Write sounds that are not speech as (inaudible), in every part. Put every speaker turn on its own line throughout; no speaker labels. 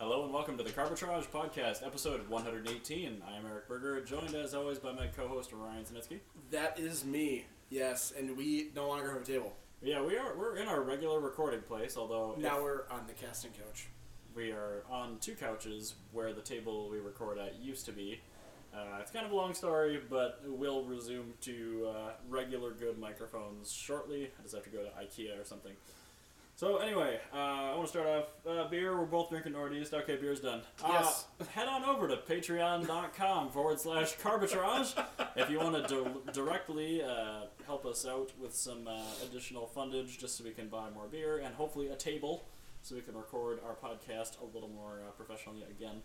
welcome to the Carbitrage Podcast, episode 118. I am Eric Berger, joined as always by my co-host Ryan Sinitsky.
That is me. Yes, and we no longer have a table.
Yeah, we are we're in our regular recording place, although
Now
if
we're on the casting couch.
we are on two couches where the table we record at used to be. Uh, it's kind of a long story, but we'll resume to uh, regular good microphones shortly. I just have to go to IKEA or something. So anyway, uh, I want to start off uh, beer. We're both drinking Northeast. Okay, beer's done.
Yes.
Uh, head on over to patreon.com forward slash carbitrage if you want to di- directly uh, help us out with some uh, additional fundage just so we can buy more beer and hopefully a table so we can record our podcast a little more uh, professionally again.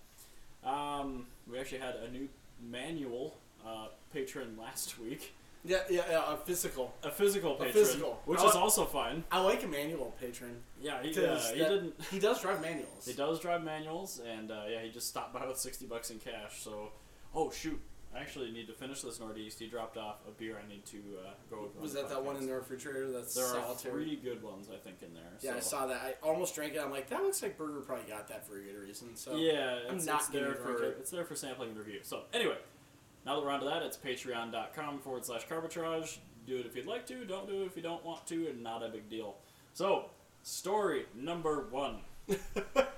Um, we actually had a new manual uh, patron last week,
Yeah, yeah, yeah. A physical.
a physical patron,
physical.
which
I
is
wa-
also fine.
I like a manual patron.
Yeah, he, uh,
'cause
he
that-
didn't.
He does drive manuals.
He does drive manuals, and uh, yeah, he just stopped by with sixty bucks in cash. So, oh shoot, I actually need to finish this Northeast. He dropped off a beer. I need to uh, go. Over on
Was
the
that that one
podcast.
in the refrigerator? That's
There are
solitary.
three good ones, I think, in there.
yeah, I
so-
saw that. I almost drank it. I'm like, that looks like Burger probably got that for a good reason. So
yeah,
I'm
it's,
not
it's there
gonna drink
for
it.
it's there for sampling and review. So anyway, now that we're onto that, it's patreon.com forward slash carbitrage. Do it if you'd like to. Don't do it if you don't want to, and not a big deal. So story number (laughs) one.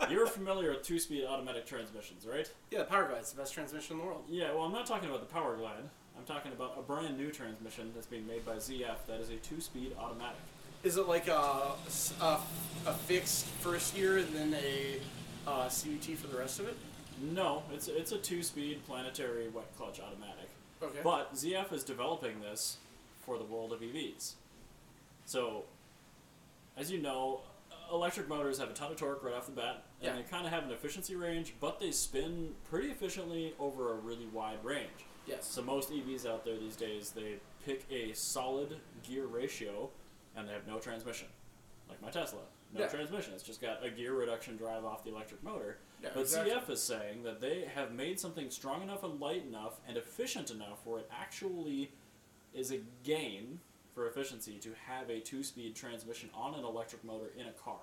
You're familiar with two-speed automatic transmissions, right?
yeah, the Power Glide's the best transmission in the world.
Yeah, well, I'm not talking about the Power Glide. I'm talking about a brand new transmission that's being made by ZF that is a two-speed automatic.
Is it like a s- a, a fixed first year and then a uh, CUT for the rest of it?
No, it's it's a two-speed planetary wet clutch automatic.
Okay.
But ZF is developing this for the world of EVs. So, as you know, electric motors have a ton of torque right off the bat, and
Yeah.
they kind of have an efficiency range, but they spin pretty efficiently over a really wide range.
yes.
So most EVs out there these days, they pick a solid gear ratio, and they have no transmission, like my Tesla. No
Yeah.
transmission. It's just got a gear reduction drive off the electric motor.
Yeah,
but
exactly.
CF is saying that they have made something strong enough and light enough and efficient enough where it actually is a gain for efficiency to have a two-speed transmission on an electric motor in a car.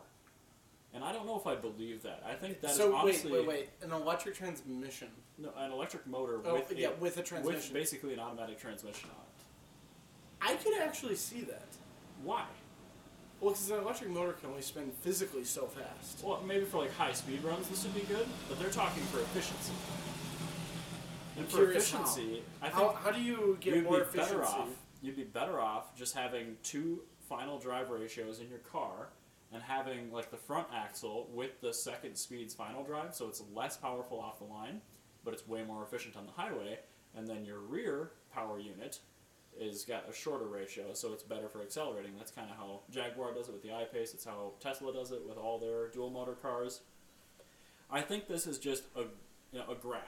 And I don't know if I believe that. I think that is
so
honestly
wait, wait, wait. An electric transmission.
No, an electric motor
Oh,
with
yeah,
a,
with a transmission.
basically an automatic transmission on it.
I could actually see that.
Why?
Well, because an electric motor can only spin physically so fast.
Well, maybe for like high speed runs, this would be good, but they're talking for efficiency. And for
Curious how.
efficiency, I think
How, how do you get
you'd
more
be
efficiency?
better off. You'd be better off just having two final drive ratios in your car and having like the front axle with the second speed's final drive, so it's less powerful off the line, but it's way more efficient on the highway. And then your rear power unit is got a shorter ratio, so it's better for accelerating. That's kind of how Jaguar does it with the I-Pace. It's how Tesla does it with all their dual motor cars. I think this is just a you know, a grab.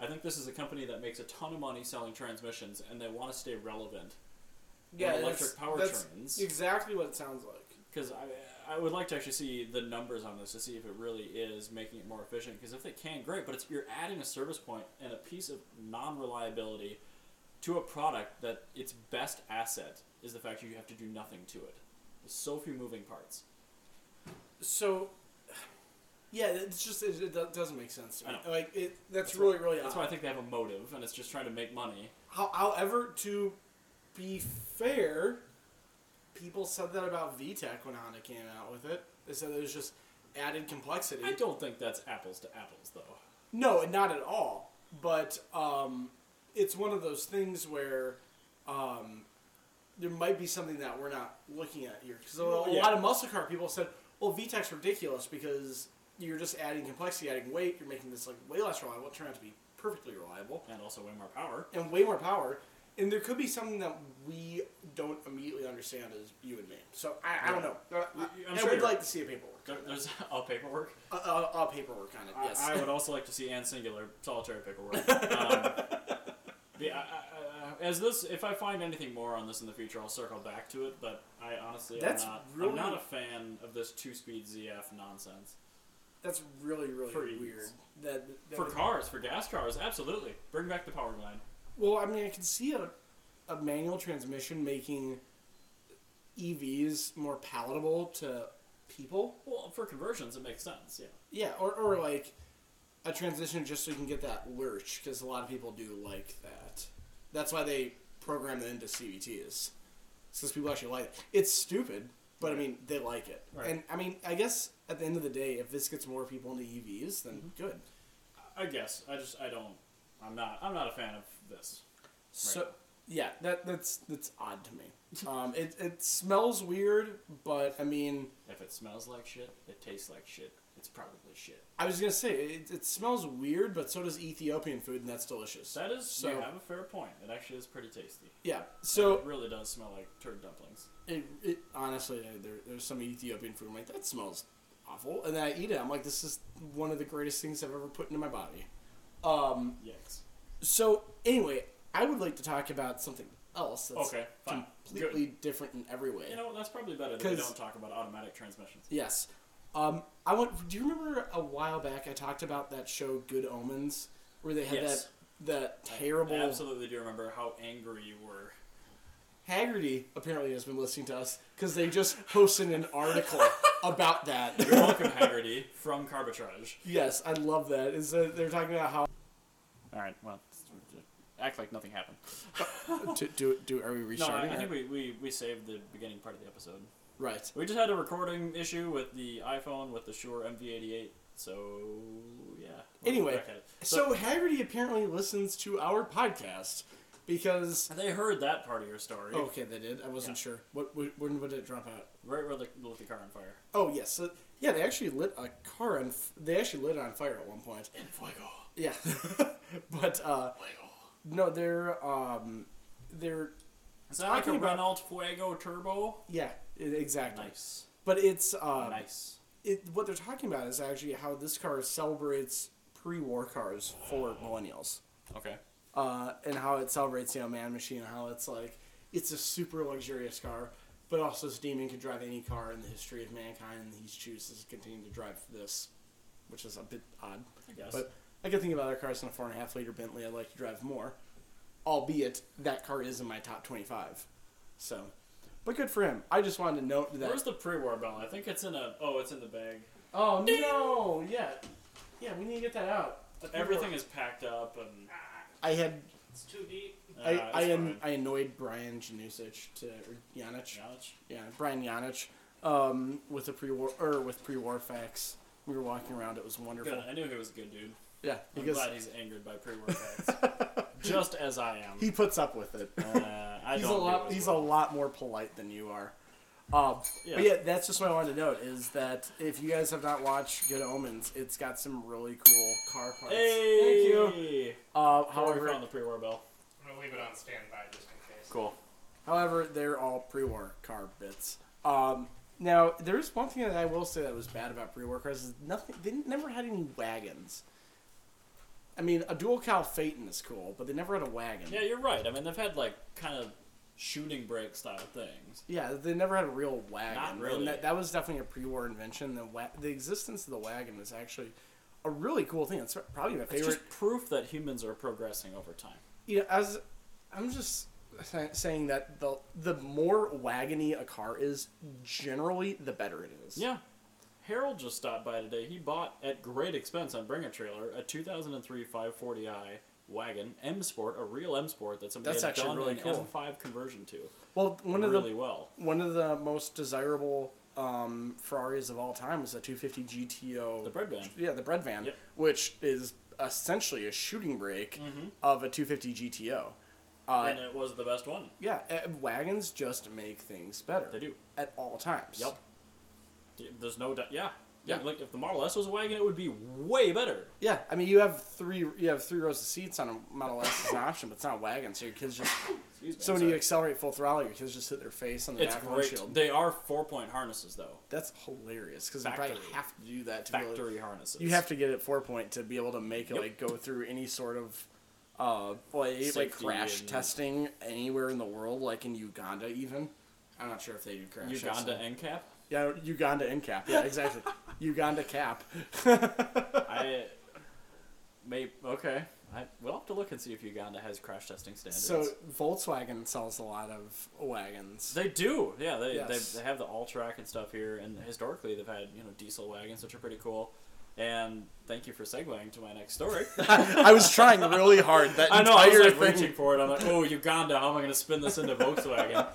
I think this is a company that makes a ton of money selling transmissions, and they want to stay relevant.
Yeah,
electric
that's-
power
that's
trains.
Exactly what it sounds like.
Because I, I would like to actually see the numbers on this to see if it really is making it more efficient. Because if they can, great. But it's, you're adding a service point and a piece of non-reliability to a product that its best asset is the fact that you have to do nothing to it. There's so few moving parts.
So, yeah, it's just it, it do- doesn't make sense. To me.
I know.
Like it, that's, really
why,
really
That's
odd.
why I think they have a motive, and it's just trying to make money.
How, however, to be fair, people said that about VTEC when Honda came out with it. They said it was just added complexity.
I don't think that's apples to apples, though.
No, not at all. But um, it's one of those things where um, there might be something that we're not looking at here. Because a, a
Yeah.
lot of muscle car people said, "Well, VTEC's ridiculous because you're just adding complexity, adding weight. You're making this like way less reliable. It turned out to be perfectly reliable
And also way more power.
and way more power." And there could be something that we don't immediately understand as you and me. So I, I don't know. I,
Uh, I'm
and
sure
we'd
you're-
like to see a paperwork.
There- There's (laughs) all paperwork.
Uh, uh, uh, paperwork on it.
I-
Yes.
I, would also like to see and singular solitary
(laughs)
paperwork. Um, the, I, I, I, as this, if I find anything more on this in the future, I'll circle back to it. But I honestly,
That's
am not,
really-
I'm not a fan of this two-speed ZF nonsense
That's really really
For ease.
weird. That, that
for cars, for gas cars. Absolutely, bring back the power line.
Well, I mean, I can see a, a manual transmission making EVs more palatable to people.
Well, for conversions, it makes sense. Yeah,
Yeah, or, or like a transition just so you can get that lurch because a lot of people do like that. That's why they program it into CVTs. Because people actually like it. It's stupid, but I
Right.
mean they like it.
Right.
And I mean, I guess at the end of the day, if this gets more people into EVs, then good.
I guess I just I don't. I'm not. I'm not a fan of this.
So yeah, that that's that's odd to me. Um, it it smells weird, but I mean,
If it smells like shit, it tastes like shit. It's probably shit.
I was gonna say it, it smells weird, but so does Ethiopian food, and that's delicious.
That is.
So-
you have a fair point. It actually is pretty tasty.
Yeah. So
it really does smell like turd dumplings.
It, it honestly, uh, there, there's some Ethiopian food. I'm like, that smells awful, and then I eat it. I'm like, this is one of the greatest things I've ever put into my body. Um.
Yikes.
So anyway, I would like to talk about something else that's
Okay, fine.
completely different in every way.
You know that's probably better that we
'Cause-
don't talk about automatic transmissions.
yes. Um. I want. Do you remember a while back I talked about that show Good Omens, where they had
Yes.
that that
I
terrible
absolutely do remember how angry you were.
Haggerty apparently has been listening to us because they just posted an article (laughs) about that.
You're welcome, Haggerty from Carbitrage.
Yes, I love that. Is that they're talking about how
All right. Well, act like nothing happened.
do do, do are we
No, I,
restarting?
I
or-
think we, we, we saved the beginning part of the episode.
right.
We just had a recording issue with the iPhone with the Shure MV88, so yeah. We'll
Anyway,
get back at it.
So, Haggerty apparently listens to our podcast because
they heard that part of your story,
oh, okay, they did. I wasn't sure. What what- when would it drop out?
right where they lit the car on fire.
Oh yes, so, yeah. They actually lit a car on. f- They actually lit it on fire at one point. Yeah, (laughs) but uh, no, they're um, they're
Is that like a
Talking about-
Renault Fuego Turbo?
yeah, i- exactly.
Nice,
But it's um,
nice.
it, what they're talking about is actually how this car celebrates pre-war cars for millennials.
Okay,
uh, and how it celebrates, you know, Man Machine, how it's like, it's a super luxurious car, but also this demon could drive any car in the history of mankind, and he chooses to continue to drive this, which is a bit odd.
I guess.
But I could think about other cars in a four and a half liter Bentley I'd like to drive more, albeit that car is in my top 25. So, but good for him. I just wanted to note that.
Where's the pre-war bell? I think it's in a. Oh, it's in the bag.
oh, no! Yeah. Yeah, we need to get that out.
Everything is packed up and.
I had
It's too deep.
Uh,
I I,
it's
an,
fine.
I annoyed Brian Janusic to or Janic.
Knowledge?
Yeah, Brian Janic um, with a pre-war or with pre-war facts. We were walking around. It was wonderful.
Good. I knew he was a good dude.
Yeah,
I'm
because
glad he's angered by
(laughs)
pre-war facts, just as I am.
he puts up with it. (laughs)
Uh, I
He's a
don't do
lot.
as
He's
well.
a lot more polite than you are. Um,
Yeah.
But yeah, that's just what I wanted to note is that if you guys have not watched Good Omens, it's got some really cool car parts.
Hey!
Thank you. Uh,
However,
however,
on the pre-war bell.
I'm gonna leave it on standby just in case.
Cool.
However, they're all pre-war car bits. Um, now, there's one thing that I will say that was bad about pre-war cars is nothing. They never had any wagons. I mean, a dual cow Phaeton is cool, but they never had a wagon.
Yeah, you're right. I mean, they've had like kind of shooting break style things.
Yeah, they never had a real wagon.
Not
And
really.
that, that was definitely a pre-war invention. The wa- the existence of the wagon is actually a really cool thing. It's probably my
It's
favorite.
just proof that humans are progressing over time.
you know, as I'm just sa- saying that the the more wagony a car is, generally, the better it is.
Yeah. Harold just stopped by today. He bought at great expense on Bring a Trailer a 2003 540i wagon M Sport, a real M Sport that somebody
That's
had
actually
done
really
an
cool.
M5 conversion to
Well, one of the
really well.
one of the most desirable um, Ferraris of all time is the 250 GTO.
The bread van.
Yeah, the bread van,
Yep.
which is essentially a shooting brake
Mm-hmm.
of a 250 GTO. Uh,
and it was the best one.
Yeah, uh, wagons just make things better.
They do.
at all times.
Yep. There's no doubt. Yeah. yeah.
Yeah.
Like if the Model S was a wagon, it would be way better.
Yeah, I mean you have three you have three rows of seats on a Model S is an option, but it's not a wagon, so your kids
(laughs)
just
Excuse me,
so
I'm
when you
sorry.
accelerate full throttle, your kids just hit their face on the
It's
back
great.
windshield.
They are four point harnesses though.
That's hilarious because you probably
Factory.
have to do that to be able to
Factory harnesses.
You have to get it four point to be able to make it
Yep.
like go through any sort of uh like, like
Safety
crash
and-
testing anywhere in the world, like in Uganda even. I'm not sure if they do crash
Uganda
testing.
NCAP.
Yeah, Uganda and cap. Yeah,
(laughs)
exactly. Uganda cap.
I may okay. I we'll have to look and see if Uganda has crash testing standards.
So Volkswagen sells a lot of wagons.
they do, yeah. They,
Yes.
they, they have the all track and stuff here, and historically they've had you know diesel wagons, which are pretty cool. And thank you for segueing to my next story.
(laughs) I was trying really hard.
(laughs)
That
I know, I was
entire
like
thing.
reaching for it. I'm like, oh, Uganda, how am I going to spin this into
(laughs)
Volkswagen?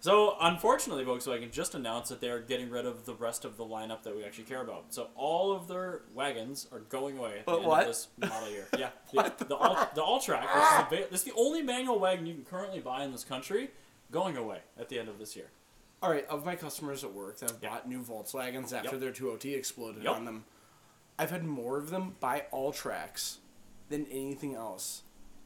so, unfortunately, Volkswagen just announced that they're getting rid of the rest of the lineup that we actually care about. So, all of their wagons are going away at
But
the end
what?
of this model
(laughs)
year. Yeah. the, the, all, the Alltrack, which is, the, this is the only manual wagon you can currently buy in this country, going away at the end of this year.
All right, of my customers at work that have
Yeah.
bought new Volkswagens after
Yep.
their 2OT exploded
Yep.
on them, I've had more of them buy all tracks than anything else.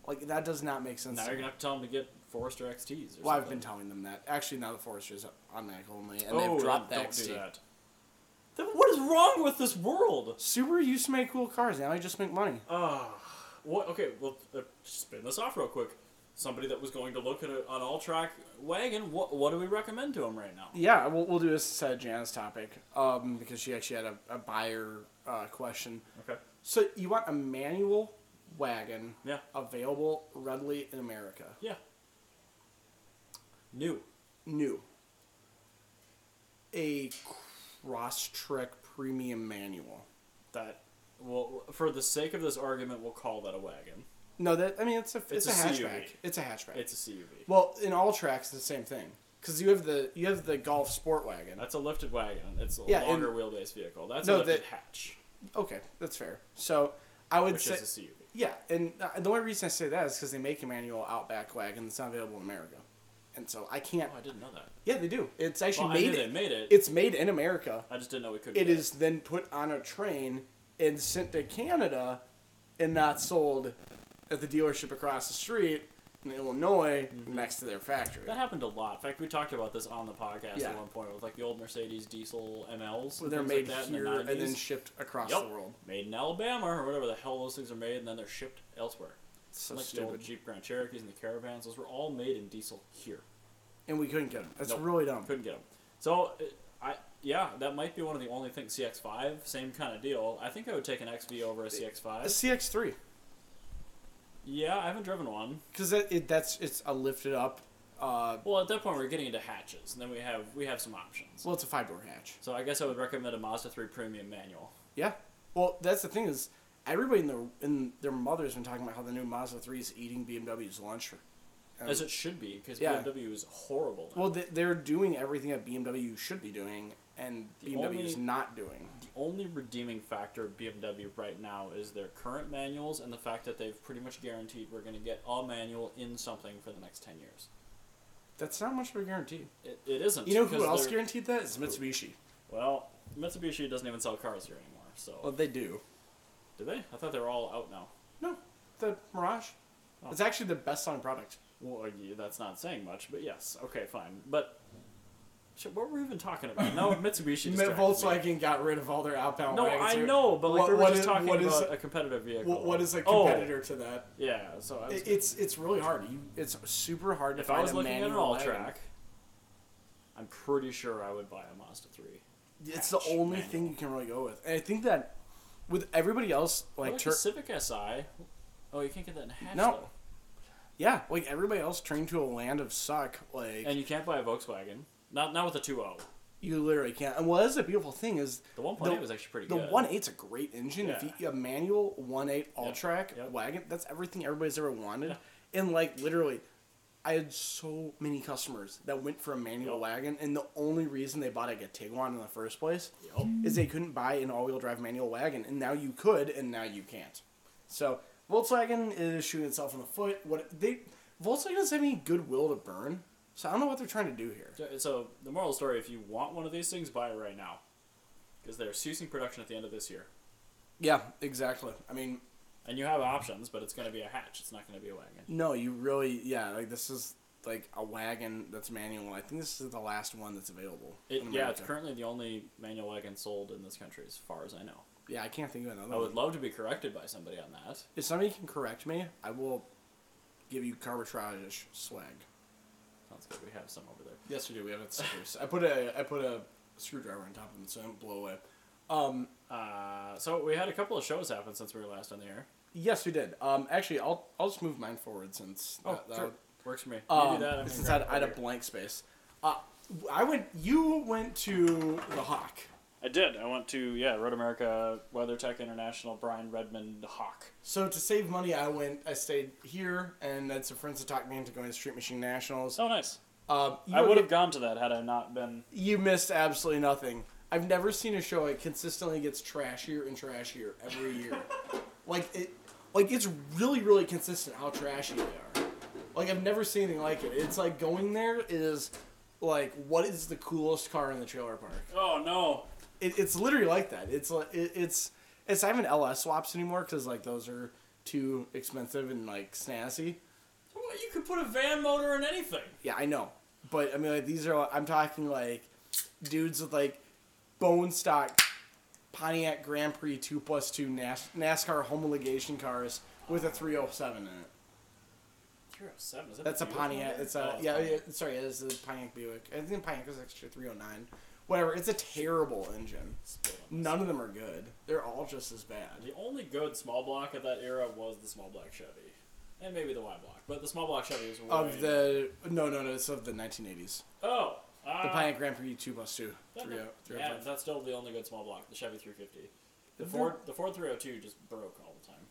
Like, that does not make sense.
Now
to
you're
me.
going to have to tell them to get Forester XTs. Or
well, I've
something.
been telling them that. Actually, now the Forester's automatic only, and
oh,
they've dropped the
don't
XT.
do that. Then What is wrong with this world?
Subaru used to make cool cars, now they just make money.
Ah, what? Okay, well, uh, spin this off real quick. Somebody that was going to look at a, an all-track wagon, what, what do we recommend to him right now?
Yeah, we'll, we'll do this instead of Jan's topic um, because she actually had a, a buyer uh, question.
Okay.
So you want a manual wagon
Yeah.
available readily in America,
Yeah. New.
new. A Crosstrek premium manual.
That, well, for the sake of this argument, we'll call that a wagon.
No, that I mean it's a
It's
it's, a,
a
hatchback.
CUV.
It's a hatchback.
It's a CUV.
well, in all tracks, the same thing because you have the you have the Golf Sport wagon.
That's a lifted wagon. It's a
Yeah, and-
longer wheelbase vehicle. That's
No,
a lifted
that-
hatch,
Okay, that's fair. So I would
which
say
is a CUV.
Yeah, and uh, the only reason I say that is because they make a manual Outback wagon that's not available in America, and so I
Oh,
can't.
I didn't know that.
Yeah, they do. It's actually
Well, I knew
made.
they made it.
It's made in America.
I just didn't know we could.
It
get
is then put on a train and sent to Canada, and not sold at the dealership across the street in Illinois next to their factory.
That happened a lot. In fact, we talked about this on the podcast
Yeah.
at one point with like the old Mercedes diesel MLs.
So
and
they're
things
made
like that
here
in the 90s.
and then shipped across
Yup.
the world.
made in Alabama or whatever the hell those things are made, and then they're shipped elsewhere.
It's so
like the
stupid.
old Jeep Grand Cherokees and the Caravans, those were all made in diesel here.
And we couldn't get them. That's
Nope.
really dumb.
Couldn't get them. So, it- I yeah, that might be one of the only things. CX5, same kind of deal. I think I would take an XV over a
A
CX5.
CX3
Yeah, I haven't driven one.
because that, it, that's it's a lifted up. Uh,
Well, at that point, we're getting into hatches, and then we have we have some options.
well, it's a five door hatch.
So I guess I would recommend a Mazda 3 Premium manual.
Yeah. Well, that's the thing is everybody in their in their mother's been talking about how the new Mazda 3 is eating BMW's lunch. Um,
As it should be, because
yeah.
BMW is horrible. now.
well, they- they're doing everything that BMW should be doing, and
The
BMW is
only-
not doing.
only redeeming factor of BMW right now is their current manuals and the fact that they've pretty much guaranteed we're going to get a manual in something for the next 10 years.
That's not much of a guarantee.
It, it isn't.
You know
because
who else
they're-
guaranteed that? It's Mitsubishi.
Well, Mitsubishi doesn't even sell cars here anymore. So,
Well, they do.
Oh, do they? I thought they were all out now.
No, the Mirage.
Oh.
It's actually the best selling product.
Well, uh, yeah, that's not saying much, but yes. Okay, fine. But shit, what were we even talking about?
(laughs)
No, Mitsubishi. distracted me.
Volkswagen got rid of all their outbound
No,
wagons.
I
here.
know, but like
What-
we were
what
just
is-
talking
what is-
about a competitive vehicle.
What, what is a
Oh,
competitor to that?
yeah, so I was
It- It's it's really hard. You, it's super hard to
If
find
I was
a
looking at an
manual
all
wagon.
track, I'm pretty sure I would buy a Mazda 3.
It's the
hatch
only
manual.
thing you can really go with. And I think that with everybody else, like,
Like
tur-
a Civic Si. Oh, you can't get that in a hatch.
No.
though.
yeah, like everybody else turned to a land of suck. Like
And you can't buy a Volkswagen. Not not with oh. the 2.0.
you literally can't. And well, that's the beautiful thing is
The 1.8
The-
was actually pretty
the
good.
one eight's a great engine. If
Yeah.
you a manual one eight all
Yep.
track
Yep.
wagon, that's everything everybody's ever wanted.
Yeah.
And like literally, I had so many customers that went for a manual
Yep.
wagon, and the only reason they bought like a Tiguan in the first place
Yup.
is they couldn't buy an all-wheel drive manual wagon, and now you could, and now you can't. So Volkswagen is shooting itself in the foot. What they Volkswagen doesn't have any goodwill to burn, so I don't know what they're trying to do here.
So- So, the moral of the story if you want one of these things, buy it right now. Because they're ceasing production at the end of this year.
Yeah, exactly. I mean,
And you have options, but it's going to be a hatch. It's not going to be a wagon.
no, you really, yeah, like this is like a wagon that's manual. I think this is the last one that's available.
It,
in
yeah, it's
America.
currently the only manual wagon sold in this country, as far as I know.
Yeah, I can't think of another.
I would
one.
love to be corrected by somebody on that.
if somebody can correct me, I will give you carbitrage swag.
Sounds good. We have some over there.
Yes, we do. We have (laughs) it stickers. I put a I put a screwdriver on top of them so I don't blow away. Um,
Uh, so we had a couple of shows happen since we were last on the air.
yes, we did. Um, actually, I'll I'll just move mine forward since that- that would-
works for me.
Oh, um,
you do that. I'm
since
gonna
I had,
grab
I had a
over
blank space. Uh, I went. You went to the Hawk.
I did. I went to yeah, Road America, WeatherTech International, Brian Redmond, Hawk.
So to save money, I went. I stayed here, and that's a friends that talked me into going to Street Machine Nationals.
So nice.
Um, you
Oh, I
know,
would have gone to that had I not been.
You missed absolutely nothing. I've never seen a show that consistently gets trashier and trashier every year. like it, like it's really, really consistent how trashy they are. Like I've never seen anything like it. It's like going there is like what is the coolest car in the trailer park?
Oh no.
It, it's literally like that. It's like it, it's it's I haven't LS swaps anymore because like those are too expensive and like snazzy.
Well, you could put a van motor in anything.
Yeah, I know. But I mean, like these are. I'm talking like dudes with like bone stock Pontiac Grand Prix two plus two NAS- NASCAR homologation cars with a 307 in it.
You're upset. oh Is that
That's a
Buick motor?
Pontiac. It's a
Oh,
yeah, yeah.
Pontiac.
Sorry, it's a Pontiac Buick. I think Pontiac is extra 309. Whatever. It's a terrible engine.
Split up.
None of them are good. They're all just as bad.
The only good small block of that era was the small black Chevy, and maybe the Y block, but the small block Chevy was way
Of the no no no, it's of the 1980s.
oh uh,
The Pontiac Grand Prix two plus two.
that-
Three, oh, three,
yeah, that's still the only good small block. The Chevy 350, the
Mhm.
Ford the Ford 302 just broke all the time.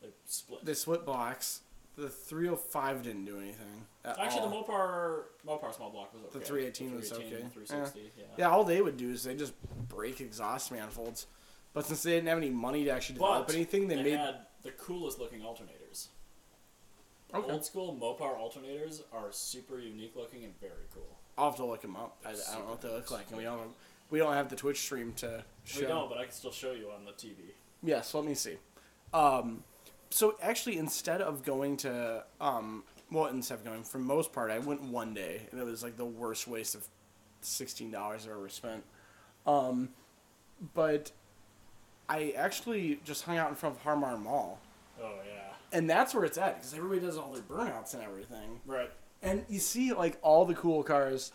They split.
They split blocks. The 305 didn't do anything. at
Actually,
all.
the Mopar Mopar small block was okay.
oh. The 318 was okay.
The 360, yeah.
Yeah, all they would do is they just break exhaust manifolds. But since they didn't have any money to actually develop
But
anything, they,
they
made.
had the coolest looking alternators.
okay.
Old school Mopar alternators are super unique looking and very cool.
I'll have to look them up. I, I don't know what they look like, and we don't. We don't have the Twitch stream to show.
We don't, but I can still show you on the TV.
Yes, let me see. Um, so actually, instead of going to um, well, instead of going for the most part, I went one day, and it was like the worst waste of sixteen dollars I ever spent. Um, but I actually just hung out in front of Harmar Mall,
Oh yeah,
and that's where it's at because everybody does all their burnouts and everything,
right.
and you see like all the cool cars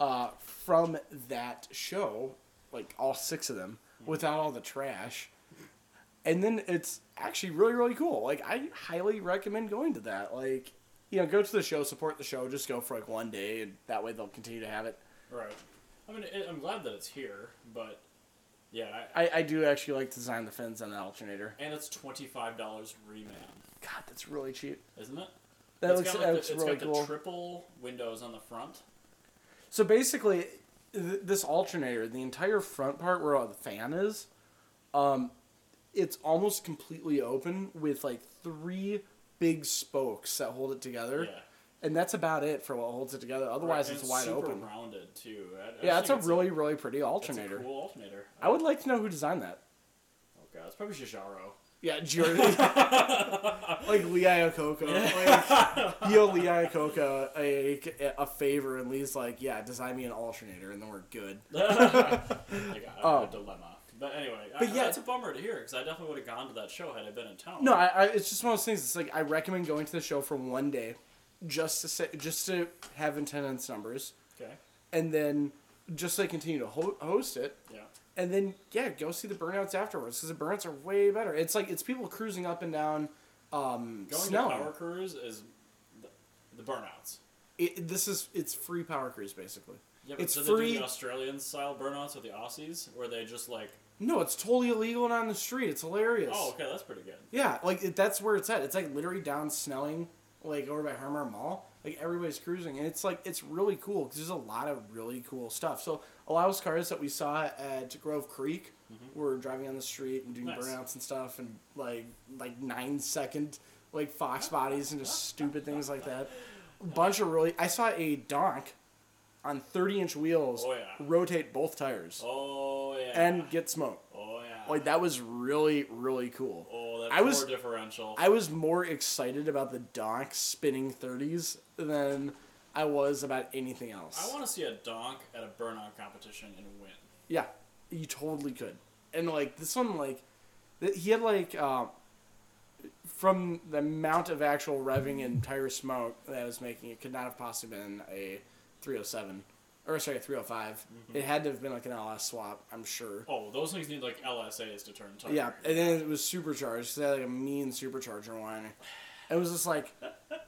uh, from that show, like all six of them,
Mm-hmm.
without all the trash. And then it's actually really, really cool. Like I highly recommend going to that. Like, you know, go to the show, support the show, just go for like one day, and that way they'll continue to have it.
Right. I mean, it, I'm glad that it's here, but yeah, I,
I, I do actually like to design the fins on the alternator.
and it's twenty five dollars reman,
God, that's really cheap.
isn't it?
That
It's
looks,
got, like,
that
the-
looks
it's
really
got
cool.
the triple windows on the front.
So basically, th- this alternator, the entire front part where all the fan is, um, it's almost completely open with like three big spokes that hold it together,
Yeah.
and that's about it for what holds it together. Otherwise,
Right, and
it's wide
super
open.
rounded too. I, I just
Yeah, it's a
think
really, really pretty
it's a
alternator.
cool alternator.
I would like to know who designed that.
Oh god, it's probably (laughs)
(laughs)
Jajaro.
Yeah, Jordan. (laughs) like Lee Iacocca. (laughs) Like, yo, Lee Iacocca a, a favor, and Lee's like, yeah, design me an alternator, and then we're good.
like I
Oh.
a dilemma. But anyway,
But
I,
yeah.
that's a bummer to hear because I definitely would have gone to that show had I been in town.
No, I, I, it's just one of those things. It's like I recommend going to the show for one day, just to say, just to have attendance numbers,
Okay.
and then just to continue to ho- host it,
Yeah.
and then yeah, go see the burnouts afterwards because the burnouts are way better. It's like it's people cruising up and down. Um,
Going
Snelling.
to Power Cruise is the, the burnouts.
It, it- this is it's free power cruise basically.
Yeah, but
It's
do they
free-
do the Australian style burnouts with the Aussies, where they just like,
No, it's totally illegal and on the street. It's hilarious.
oh, okay, that's pretty good.
Yeah, like it, that's where it's at. It's like literally down Snelling, like over by Harmer Mall. Like everybody's cruising, and it's like it's really cool 'cause there's a lot of really cool stuff. So a lot of those cars that we saw at Grove Creek were driving on the street and doing
Mm-hmm. Nice.
burnouts and stuff, and like like nine second like fox bodies and
(laughs)
just stupid things like that. Bunch of really, I saw a donk on thirty inch wheels
Oh, yeah.
rotate both tires
Oh yeah.
and get smoke.
oh yeah.
Like that was really really cool.
Oh, that
I was-
four differential.
I was more excited about the donk spinning 30s than I was about anything else.
I want to see a donk at a burnout competition and win.
yeah, you totally could. And like this one, like th- he had like uh, from the amount of actual revving and tire smoke that I was making, it could not have possibly been a 307 or sorry, a 305.
Mm-hmm.
It had to have been like an LS swap, I'm sure.
Oh, those things need like LSAs to turn tire.
Yeah, and then it was supercharged. 'cause they had like a mean supercharger one. It was just like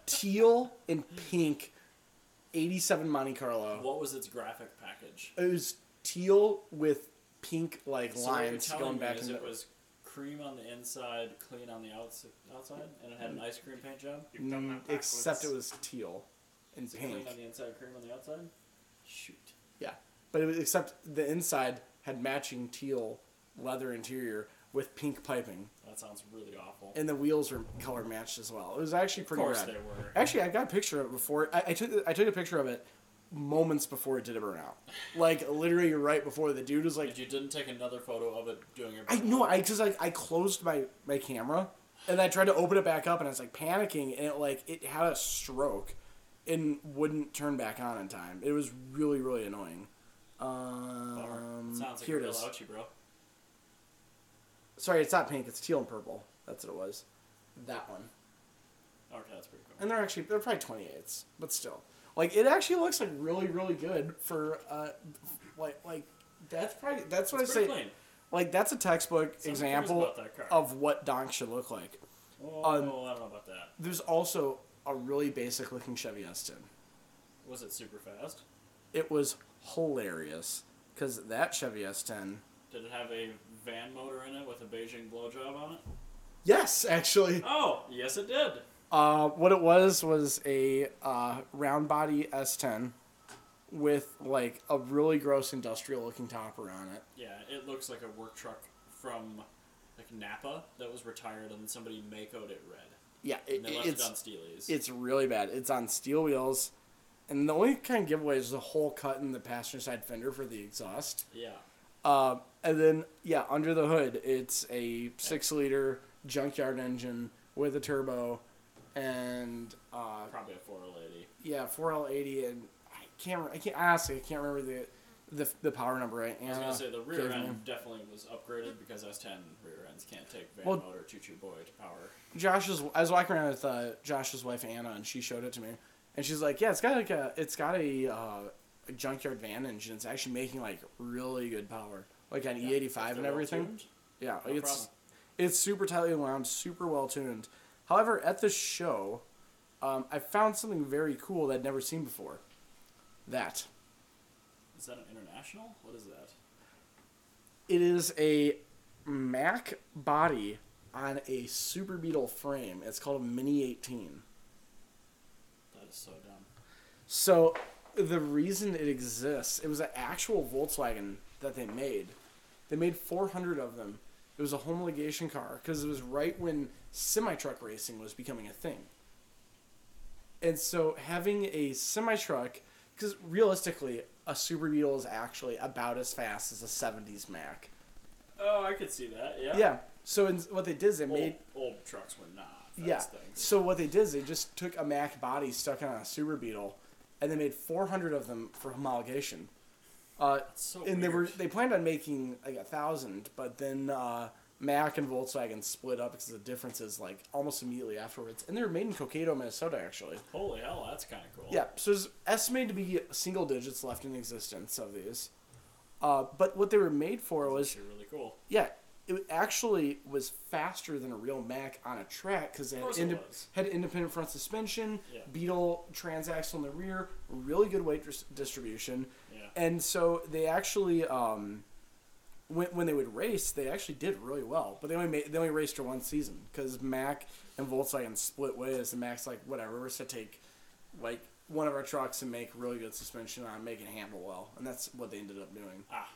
teal and pink, eighty-seven Monte Carlo.
What was its graphic package?
It was teal with pink like
So what you're
lines
telling
going
me
back
is
in
it
the-
was cream on the inside, clean on the outs- outside, and it had
Mm-hmm.
an ice cream paint job.
You've done that backwards.
Mm, except it was teal and
Is it
pink.
clean on the inside, cream on the outside? Shoot.
Yeah, but it was, except the inside had matching teal leather interior with pink piping,
That sounds really awful.
and the wheels were color matched as well. It was actually
of
pretty.
course
rad.
they were.
Actually, I got a picture of it before. I, I took I took a picture of it moments before it did a burnout, like literally right before the dude was like,
And you didn't take another photo of it doing it.
I know. I just like I closed my my camera, and I tried to open it back up, and I was like panicking, and it like it had a stroke, and wouldn't turn back on in time. It was really really annoying. Um,
it sounds like
here
a
it
real
is.
ouchie, bro.
Sorry, it's not pink. It's teal and purple. That's what it was. That one.
Okay, that's pretty cool.
And they're actually they're probably twenty eights, but still, like it actually looks like really really good for uh, like like that's probably that's what
It's
I say.
pretty clean.
Like that's a textbook
So I'm curious
example
about that car.
of what donk should look like.
Oh,
um,
I don't know about that.
There's also a really basic looking Chevy S10.
Was it super fast?
It was hilarious because that Chevy S10.
Did it have a van motor in it with a Beijing blowjob on it?
Yes, actually.
Oh, yes, it did.
Uh, what it was was a uh, round body S10 with like a really gross industrial looking topper on it.
Yeah, it looks like a work truck from like Napa that was retired and somebody makoed it red.
Yeah, it,
And they left it on
it's
Steely's.
it's really bad. It's on steel wheels, and the only kind of giveaway is the hole cut in the passenger side fender for the exhaust.
yeah.
Um, and then yeah, under the hood, it's a six liter junkyard engine with a turbo, and uh,
Probably a 480.
yeah, four L eighty, and I can't, re- I can't honestly, I can't remember the the, the power number right.
I was gonna say the rear
gave me.
end definitely was upgraded because S10 rear ends can't take van
Well-
motor choo choo boy to power.
Josh is, I was walking around with uh, Josh's wife Anna, and she showed it to me, and she's like, yeah, it's got like a, it's got a, uh, a junkyard van engine. It's actually making like really good power, like an E eighty
If
five and
they're well
everything.
tuned,
Yeah,
No
it's
problem.
it's super tightly wound, super well tuned. However, at the show, um, I found something very cool that I'd never seen before. That
Is that an international? What is that?
it is a Mac body on a Super Beetle frame. It's called a Mini 18.
That is so dumb.
So the reason it exists, it was an actual Volkswagen that they made. They made 400 of them. It was a homologation car because it was right when semi truck racing was becoming a thing. And so having a semi truck, because realistically, a Super Beetle is actually about as fast as a 70s Mac.
Oh, I could see that. Yeah.
Yeah. So in, what they did is they
Old,
made
old trucks were not. That's
yeah.
Things.
So what they did is they just took a Mac body stuck on a Super Beetle, and they made 400 of them for homologation. Uh,
That's so
and they were
weird.
they planned on making like a thousand, but then uh, Mac and Volkswagen split up because of the differences like almost immediately afterwards. And they were made in Cocado, Minnesota, actually.
Holy hell, that's kind of cool.
Yeah. So there's estimated to be single digits left in existence of these. Uh, but what they were made for was
Actually really cool.
yeah, it actually was faster than a real Mac on a track because it, had,
course it
inde-
was.
had independent front suspension,
Yeah.
Beetle transaxle in the rear, really good weight dis- distribution,
Yeah.
and so they actually um, when when they would race, they actually did really well. But they only made, they only raced for one season because Mac and Volkswagen split ways, and Mac's like whatever, we're just gonna take like one of our trucks and make really good suspension on, it, make it handle well, and that's what they ended up doing
Ah,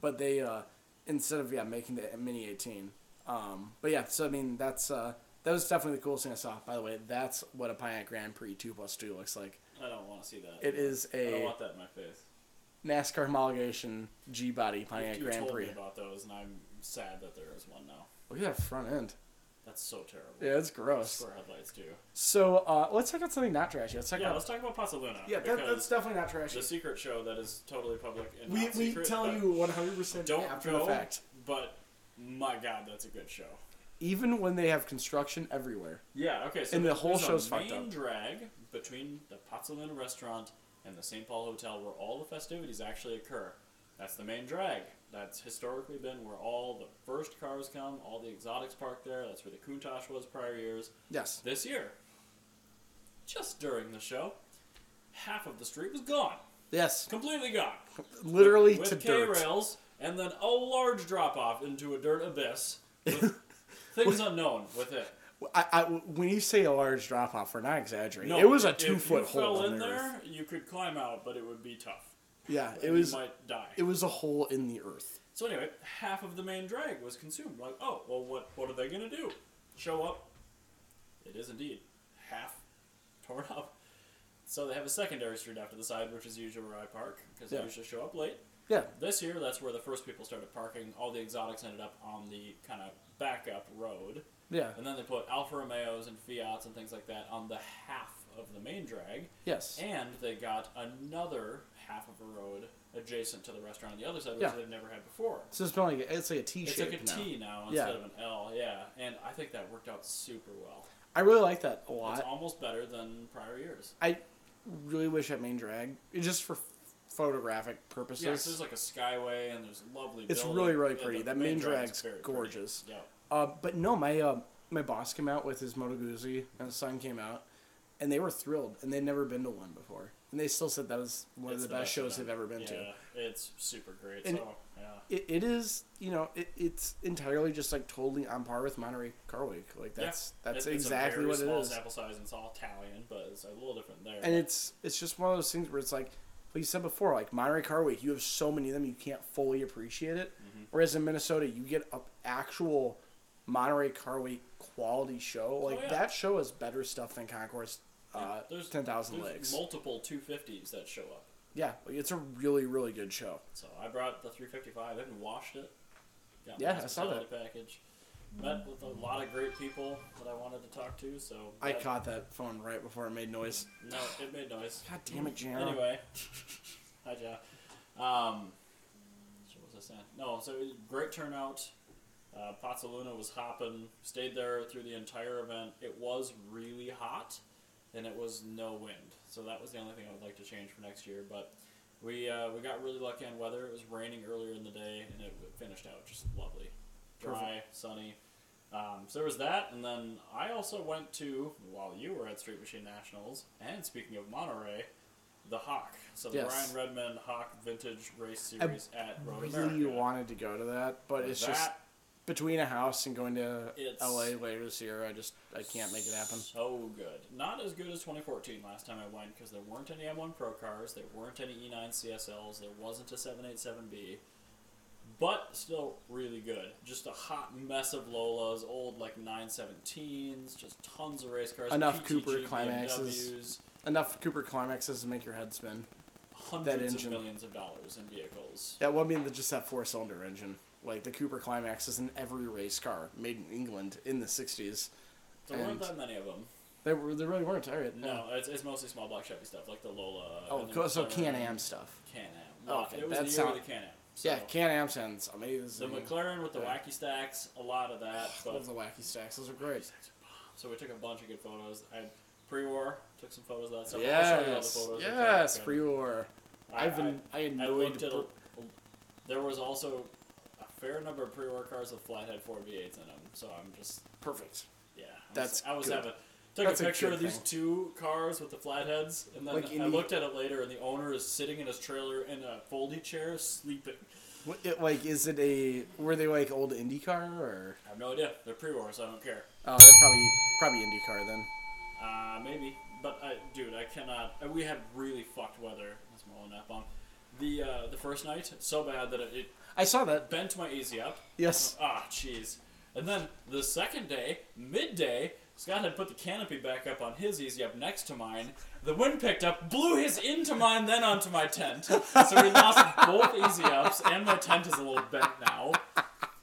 but they uh instead of yeah making the mini 18 um but yeah so i mean that's uh that was definitely the coolest thing i saw by the way that's what a Pontiac grand prix 2 plus 2 looks like
I don't want to see that.
it is
I don't
a
want that in my face.
nascar homologation g body pontiac
You
grand
told
prix
me about those, and I'm sad that there is one now.
look at that front end
That's so terrible.
yeah it's gross
Square headlights too.
so uh let's check out something not trashy let's check
Yeah,
out
let's talk about Pasolina.
yeah that, that's definitely not trashy
the secret show that is totally public and
we,
not
we
secret,
tell
but
you 100%
don't
after
go.
the fact
But my God, that's a good show.
even when they have construction everywhere
Yeah. Okay. So
And the
there's
whole
a
show's fucked
main
up.
Drag between the Pasolina restaurant and the St. Paul Hotel, where all the festivities actually occur. That's the main drag. That's historically been where all the first cars come, all the exotics park there. That's where the Countach was prior years.
yes
This year, just during the show, half of the street was gone,
yes
completely gone.
literally
with
to
K
dirt
rails and then a large drop off into a dirt abyss with
(laughs)
things unknown with it.
I, I, when you say a large drop off, we're not exaggerating.
No,
it was a
if
two foot
you
hole
Fell
in
in
the earth.
there, you could climb out, but it would be tough.
Yeah, it
And
was
you might die.
it was a hole in the earth.
So anyway, half of the main drag was consumed. Like, oh, well, what what are they gonna do? Show up? It is indeed half torn up. So they have a secondary street after the side, which is usually where I park because
Yeah.
I usually show up late.
Yeah,
This year, that's where the first people started parking. All the exotics ended up on the kind of backup road,
yeah,
and then they put Alfa Romeos and Fiats and things like that on the half of the main drag.
yes.
And they got another half of a road adjacent to the restaurant on the other side, which
Yeah.
they've never had before.
So it's been like it's like a T
It's
shape
like a
now.
T now
Yeah.
instead of an L, yeah. And I think that worked out super well.
I really like that a
It's
lot.
almost better than prior years.
I really wish at main drag just for photographic purposes.
Yes, there's like a skyway and there's lovely.
It's
buildings,
really, really
and
pretty.
the
That main
drag's
drag's
very
gorgeous.
Pretty. Yeah.
Uh, but no, my uh, my boss came out with his Moto Guzzi, and his son came out, and they were thrilled, and they'd never been to one before, and they still said that was one
It's
of the, best shows
event.
they've ever been to.
Yeah, it's super great.
And-
so, yeah.
It, it is, you know, it, it's entirely just like totally on par with Monterey Car Week. Like that's
Yeah,
that's
it- it's
exactly
a very
what it
small
is,
Sample size and it's all Italian, but it's a little different there.
and it's it's just one of those things where it's like, like you said before, like Monterey Car Week, you have so many of them you can't fully appreciate it.
Mm-hmm.
Whereas in Minnesota, you get a actual Monterey Car Week quality show. Like
Oh, yeah.
that show is better stuff than Concourse. Uh,
there's
ten thousand
there's
legs.
Multiple 250s that show up.
Yeah, like, it's a really, really good show.
So I brought the 355. I haven't washed it. Got
Yeah,
my
I saw that.
hospitality Package. Met with a lot of great people that I wanted to talk to. So
I
that-
caught that phone right before it made noise.
No, it made noise.
God damn it, Jana.
Anyway, (laughs) hi, Ja. Um, so what was I saying? No, so it was great turnout. Uh, Pozzoluna was hopping. Stayed there through the entire event. It was really hot, and it was no wind. So that was the only thing I would like to change for next year. But we uh, we got really lucky on weather. It was raining earlier in the day, and it finished out just lovely, dry, sunny. Um, so there was that, and then I also went to while you were at Street Machine Nationals, and speaking of Monterey, the Hawk. So the
Yes.
Ryan Redmond Hawk Vintage Race Series at Road
really
America.
wanted to go to that, but it's just
That
between a house and going to
It's-
LA later this year. I just I can't make it happen.
So good. Not as good as 2014 last time I went because there weren't any M1 Pro cars, there weren't any E E9 CSLs, there wasn't a 787B, but still really good. Just a hot mess of Lolas, old like 917s, just tons of race cars.
Enough
PTG,
Cooper climaxes.
BMWs,
Enough Cooper climaxes to make your head spin.
hundreds of
engine.
millions of dollars in vehicles.
That one being the, just that four cylinder engine. Like the Cooper climax is in every race car made in England in the '60s.
There
And-
weren't that many of them.
They were they really weren't tired.
No, it's, it's mostly small block Chevy stuff like the Lola.
Oh,
and the
cool, so
McLaren.
Can Am stuff.
Can Am. No,
Okay,
it was
that
the year
sound-
of the Can Am.
yeah, Can Am sounds
The
amazing.
McLaren with the
Yeah.
wacky stacks, a lot of
(sighs)
that. But
Love the wacky stacks. Those are great.
so we took a bunch of good photos. I pre-war took some photos of that. So I'll show you all the
Yes,
photos. if
yes,
I can.
pre-war.
I-
I've been I,
I, I
annoyed.
looked at. A,
br-
there was also a fair number of pre-war cars with flathead 4v8s in them. So I'm just
perfect.
yeah. I was-
That's
I was
good.
having. Took
That's
a
a
picture
good
of these
thing.
two cars with the flatheads, and then
Like in
I
the-
looked at it later, and the owner is sitting in his trailer in a foldy chair sleeping.
What, it, like, is it a were they like old IndyCar or?
I have no idea. They're pre-war, so I don't care.
Oh, they're probably probably IndyCar then.
Uh, maybe. But I, dude, I cannot. uh, We had really fucked weather. That's my only nap on. The uh, the first night, so bad that it, it
I saw that.
bent my easy up.
Yes.
Ah, jeez. And then the second day, midday, Scott had put the canopy back up on his easy up next to mine. The wind picked up, blew his into mine, then onto my tent. So we lost both easy ups, and my tent is a little bent now.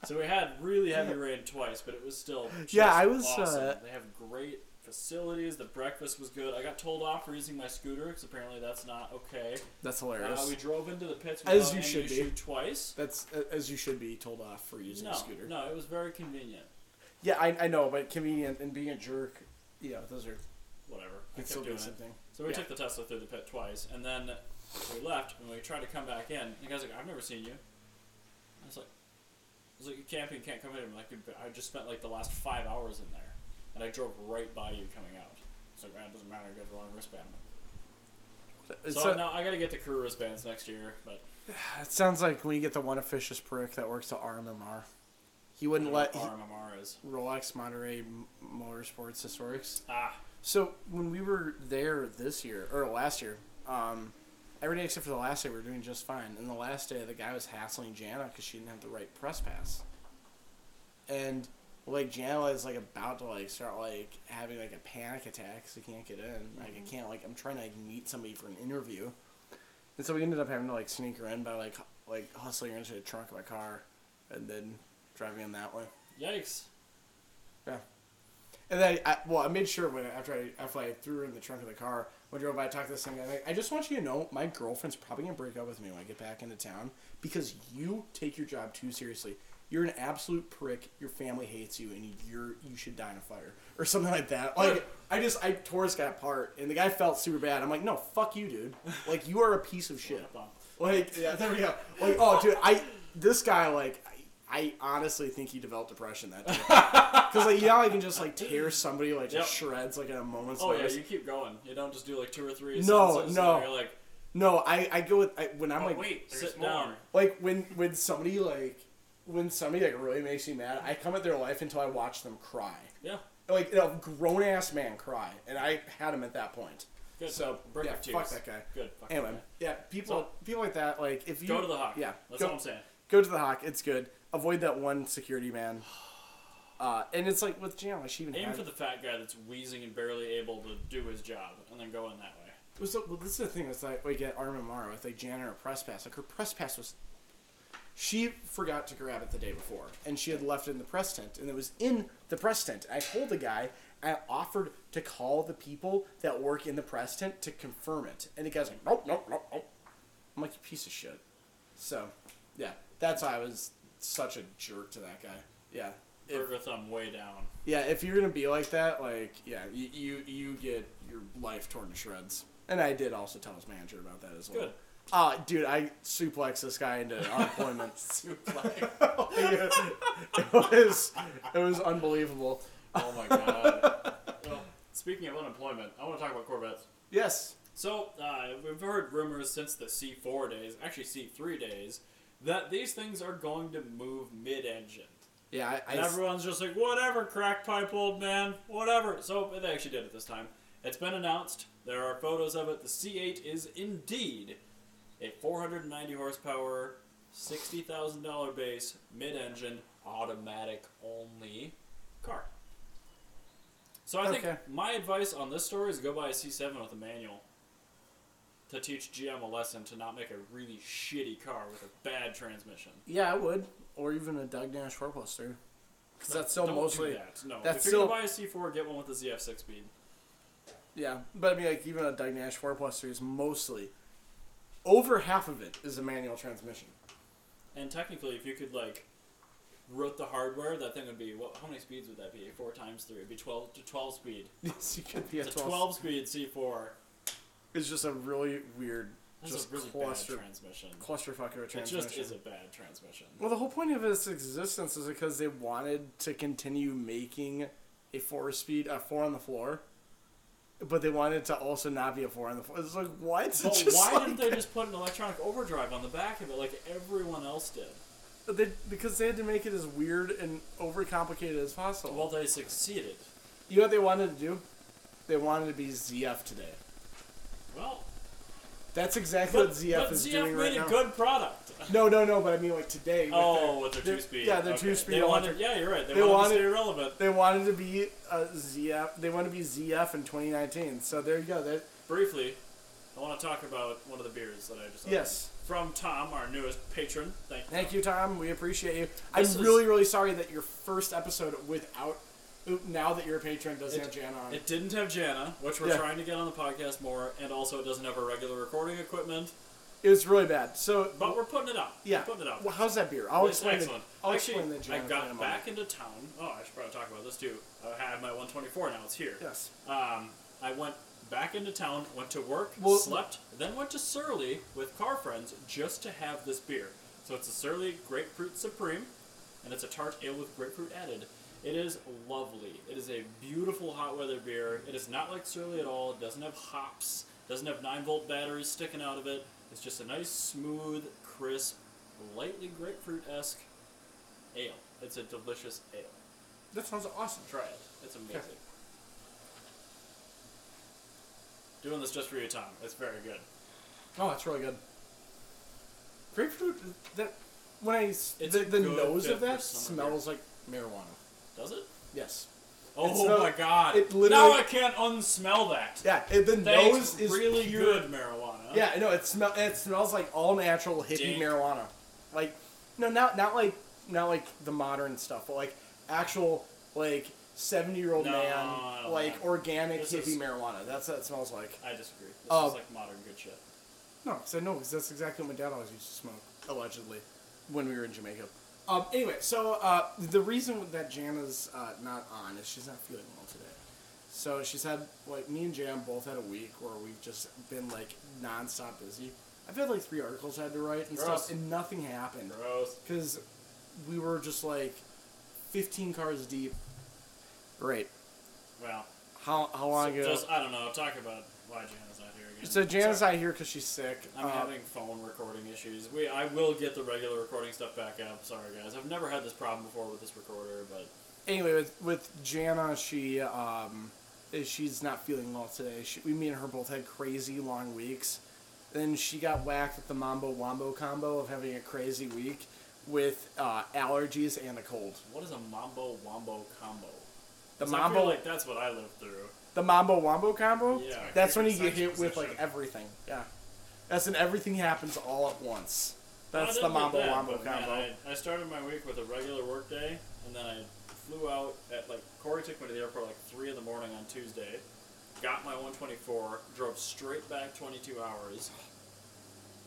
So we had really heavy rain twice, but it was still just
Yeah, I was,
Awesome.
uh,
They have great facilities. The breakfast was good. I got told off for using my scooter because apparently that's not okay.
That's
Uh,
hilarious.
we drove into the pits without
As you
any
should be.
issue twice.
That's a- as you should be told off for using
No,
a scooter.
no, it was very convenient.
Yeah, I, I know, but convenient and being a jerk, you know, those are
whatever. I
can
kept
still
doing
be
it.
something.
So we
Yeah.
took the Tesla through the pit twice, and then we left, and we tried to come back in. And the guy's like, "I've never seen you." I was like, "I was like, you can't be, you can't come in." I'm like, "But "I just spent like the last five hours in there, and I drove right by you coming out." It's like, "Man, it doesn't matter. You got the wrong wristband." I'm like,
It's
So
a-
now I gotta get the crew wristbands next year, but
it sounds like when you get the one officious prick that works at RMMR. He
I
wouldn't
don't know
let
what RMMR is.
Rolex Monterey M- Motorsports Historics.
Ah,
So when we were there this year or last year, um, every day except for the last day, we were doing just fine. And the last day, the guy was hassling Jana because she didn't have the right press pass. And like Jana is like about to like start like having like a panic attack because I can't get in. Like I can't like I'm trying to like, meet somebody for an interview. And so we ended up having to like sneak her in by like hu- like hustling her into the trunk of my car, and then driving in that way.
yikes.
Yeah. And then, I, well, I made sure when after I after I threw her in the trunk of the car, when I drove by, I talked to this same guy. I'm like, I just want you to know, my girlfriend's probably gonna break up with me when I get back into town because you take your job too seriously. You're an absolute prick. Your family hates you, and you're you should die in a fire or something like that. Like I just I tore this guy apart, and the guy felt super bad. I'm like, no, fuck you, dude. Like you are a piece of shit. Like, yeah, there we go. Like, oh, dude, I this guy, like, I, I honestly think he developed depression that day. Because like, you know, how you can just like tear somebody like to
Yep.
shreds like in a moment's
Oh yeah,
notice.
you keep going. You don't just do like two or three.
No,
sentences,
no.
and You're like,
No, I, I go with I, when I'm
Oh,
like
wait, there's
sit
more.
down.
like when when somebody like when somebody like really makes me mad, I come at their life until I watch them cry.
yeah,
Like a grown ass man cry, and I had him at that point.
good.
So
break
yeah,
your
fuck
tears.
that guy.
Good. Fuck that
Anyway,
guy.
yeah, people
So-
people like that. Like if you
Go to the hawk.
yeah,
that's
go,
all I'm saying.
go to the hawk. It's good. Avoid that one security man. (sighs) Uh, and it's like with Jan, like she even
Aim
had-
for the fat guy that's wheezing and barely able to do his job, and then go in that way.
Well, so, well, this is the thing. It's like we get Armamaro with like Janet or press pass. Like her press pass was, she forgot to grab it the day before, and she had left it in the press tent, and it was in the press tent. I told the guy, I offered to call the people that work in the press tent to confirm it, and the guy's like, nope, nope, nope, nope. I'm like, you piece of shit. So, yeah, that's why I was such a jerk to that guy. Yeah, If-
Burger thumb way down.
yeah, if you're gonna be like that, like yeah, you you, you get your life torn to shreds. And I did also tell his manager about that as well.
Good.
Uh, dude, I suplexed this guy into
(laughs)
unemployment. (laughs) it was it was unbelievable.
Oh my
(laughs)
god. well, speaking of unemployment, I want to talk about Corvettes.
Yes.
So uh, we've heard rumors since the C4 days, actually C3 days, that these things are going to move mid-engine.
Yeah, I,
And
I
everyone's just like, whatever, crack pipe, old man, whatever. So they actually did it this time. It's been announced. There are photos of it. The C8 is indeed a 490 horsepower, $60,000 base, mid-engine, automatic only car. So I
Okay.
think my advice on this story is go buy a C7 with a manual to teach GM a lesson to not make a really shitty car with a bad transmission.
yeah, I would, or even a Doug Nash four poster, because that's still
Don't do
mostly
that. No, if
that's
you're
still-
gonna buy a C4, get one with the ZF6 speed.
Yeah, but I mean, like even a Doug Nash four poster is mostly over half of it is a manual transmission. (laughs)
And technically, if you could like root the hardware, that thing would be what? How many speeds would that be? Four times three. It'd be twelve to twelve speed.
Yes, you could be a
It's a twelve speed C4.
It's just a really weird,
That's
just
a really
cluster,
bad transmission.
clusterfuck of a
It
transmission.
just is a bad
(laughs)
transmission.
well, the whole point of its existence is because they wanted to continue making a four-speed, a four on the floor, but they wanted to also not be a four on the floor. It's like what? (laughs) It's
But
just
why
like-
didn't they just put an electronic overdrive on the back of it like everyone else did?
They, because they had to make it as weird and overcomplicated as possible.
Well, they succeeded.
you know what they wanted to do? They wanted to be ZF today.
Well,
That's exactly
but
what ZF
but
is
ZF
doing right
made a
now.
good product.
No, no, no. But I mean, like today. with
Oh, with
their,
their two speed.
Yeah, their
Okay.
two speed.
They
electric-
wanted, yeah, you're right. They,
They
wanted,
wanted-
to stay relevant.
They wanted to be a ZF. They wanted to be ZF in 2019. So there you go. That
briefly, I want to talk about one of the beers that I just opened.
Yes.
From Tom, our newest patron. Thank you.
thank you, Tom. We appreciate you.
This
I'm
is-
really, really sorry that your first episode without now that you're a patron doesn't
It-
have Jan on.
It didn't have Jana, which we're
Yeah.
trying to get on the podcast more, and also it doesn't have our regular recording equipment,
it was really bad. So
but we're putting it up.
yeah.
We're putting it up.
Well, how's that beer? I'll
It's
explain. The,
excellent.
I'll
Actually,
explain the Jan
I
thing in a
got
moment.
back into town. Oh, I should probably talk about this too. I have my 124 now. It's here.
Yes.
Um, I went back into town, went to work,
Well-
slept, then went to Surly with car friends just to have this beer. So it's a Surly Grapefruit Supreme, and it's a tart ale with grapefruit added. It is lovely. It is a beautiful hot weather beer. It is not like Surly at all. It doesn't have hops. Doesn't have 9 volt batteries sticking out of it. It's just a nice, smooth, crisp, lightly grapefruit esque ale. It's a delicious ale.
That sounds awesome.
Try it. It's amazing. Doing this just for you, Tom. It's very good.
Oh, that's really good. Grapefruit. That when I s-
It's
the,
a
the
good
nose
fit
of that
for summer
smells like marijuana.
Does it?
Yes.
Oh
It's not-
my god.
it literally-
now I can't unsmell that.
Yeah. It, the
That's
nose is
really
pure-
good marijuana.
Yeah. No. It smell. It smells like all natural hippie
Dank.
marijuana. Like, no, not not like not like the modern stuff, but like actual like seventy year old
No, I
man
don't
like
know.
organic
This
hippie
is-
marijuana. That's what it smells like.
I disagree. This
Oh.
is like modern good shit.
No, because I know, because that's exactly what my dad always used to smoke, allegedly, when we were in Jamaica. Um, anyway, so uh, the reason that Jana's uh, not on is she's not feeling well today. So she's had, like, me and Jan both had a week where we've just been, like, nonstop busy. I've had, like, three articles I had to write and
Gross.
stuff, and nothing happened.
Gross.
Because we were just, like, 15 cars deep. Great.
Well,
How, how long
so
ago?
just I don't know. Talk about why Jana's not here again.
Oh so Jana's
Sorry.
not here because she's sick.
I'm
Uh,
having phone recording issues. We I will get the regular recording stuff back up. Sorry guys, I've never had this problem before with this recorder, but
anyway, with with Jana, she um, is- she's not feeling well today. She, we, me and her both had crazy long weeks. Then she got whacked with the mambo wombo combo of having a crazy week with uh, allergies and a cold.
what is a mambo wombo combo?
The
'Cause I feel
mambo,
like that's what I lived through.
the mambo wombo combo.
Yeah. It's my
that's when you
favorite
get hit
section
with like
position.
everything. Yeah, that's when everything happens all at once.
I
That's
didn't
the
get
mambo
that,
wombo
but man,
combo.
I, I started my week with a regular work day, and then I flew out at like Corey took me to the airport like three in the morning on Tuesday, got my 124, drove straight back 22 hours,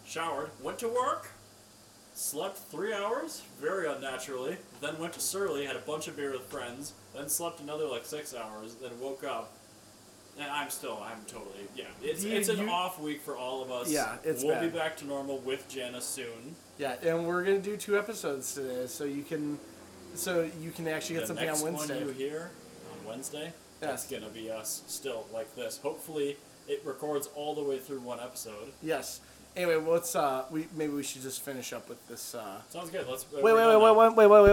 showered, went to work, slept three hours very unnaturally, then went to Surrey, had a bunch of beer with friends, then slept another like six hours, then woke up. And I'm still, I'm totally, yeah. It's,
Dude,
it's an
you-
off week for all of us.
Yeah, it's
We'll
bad.
be back to normal with Janice soon.
Yeah, and we're gonna do two episodes today, so you can, so you can actually get
the
something
next
on Wednesday.
one you hear on Wednesday, that's
Yes.
gonna be us still like this. Hopefully, it records all the way through one episode.
Yes. Anyway, well, let's uh, we maybe we should just finish up with this. Uh...
Sounds good. Let's uh,
Wait, wait, wait, wait, wait, wait, wait, wait.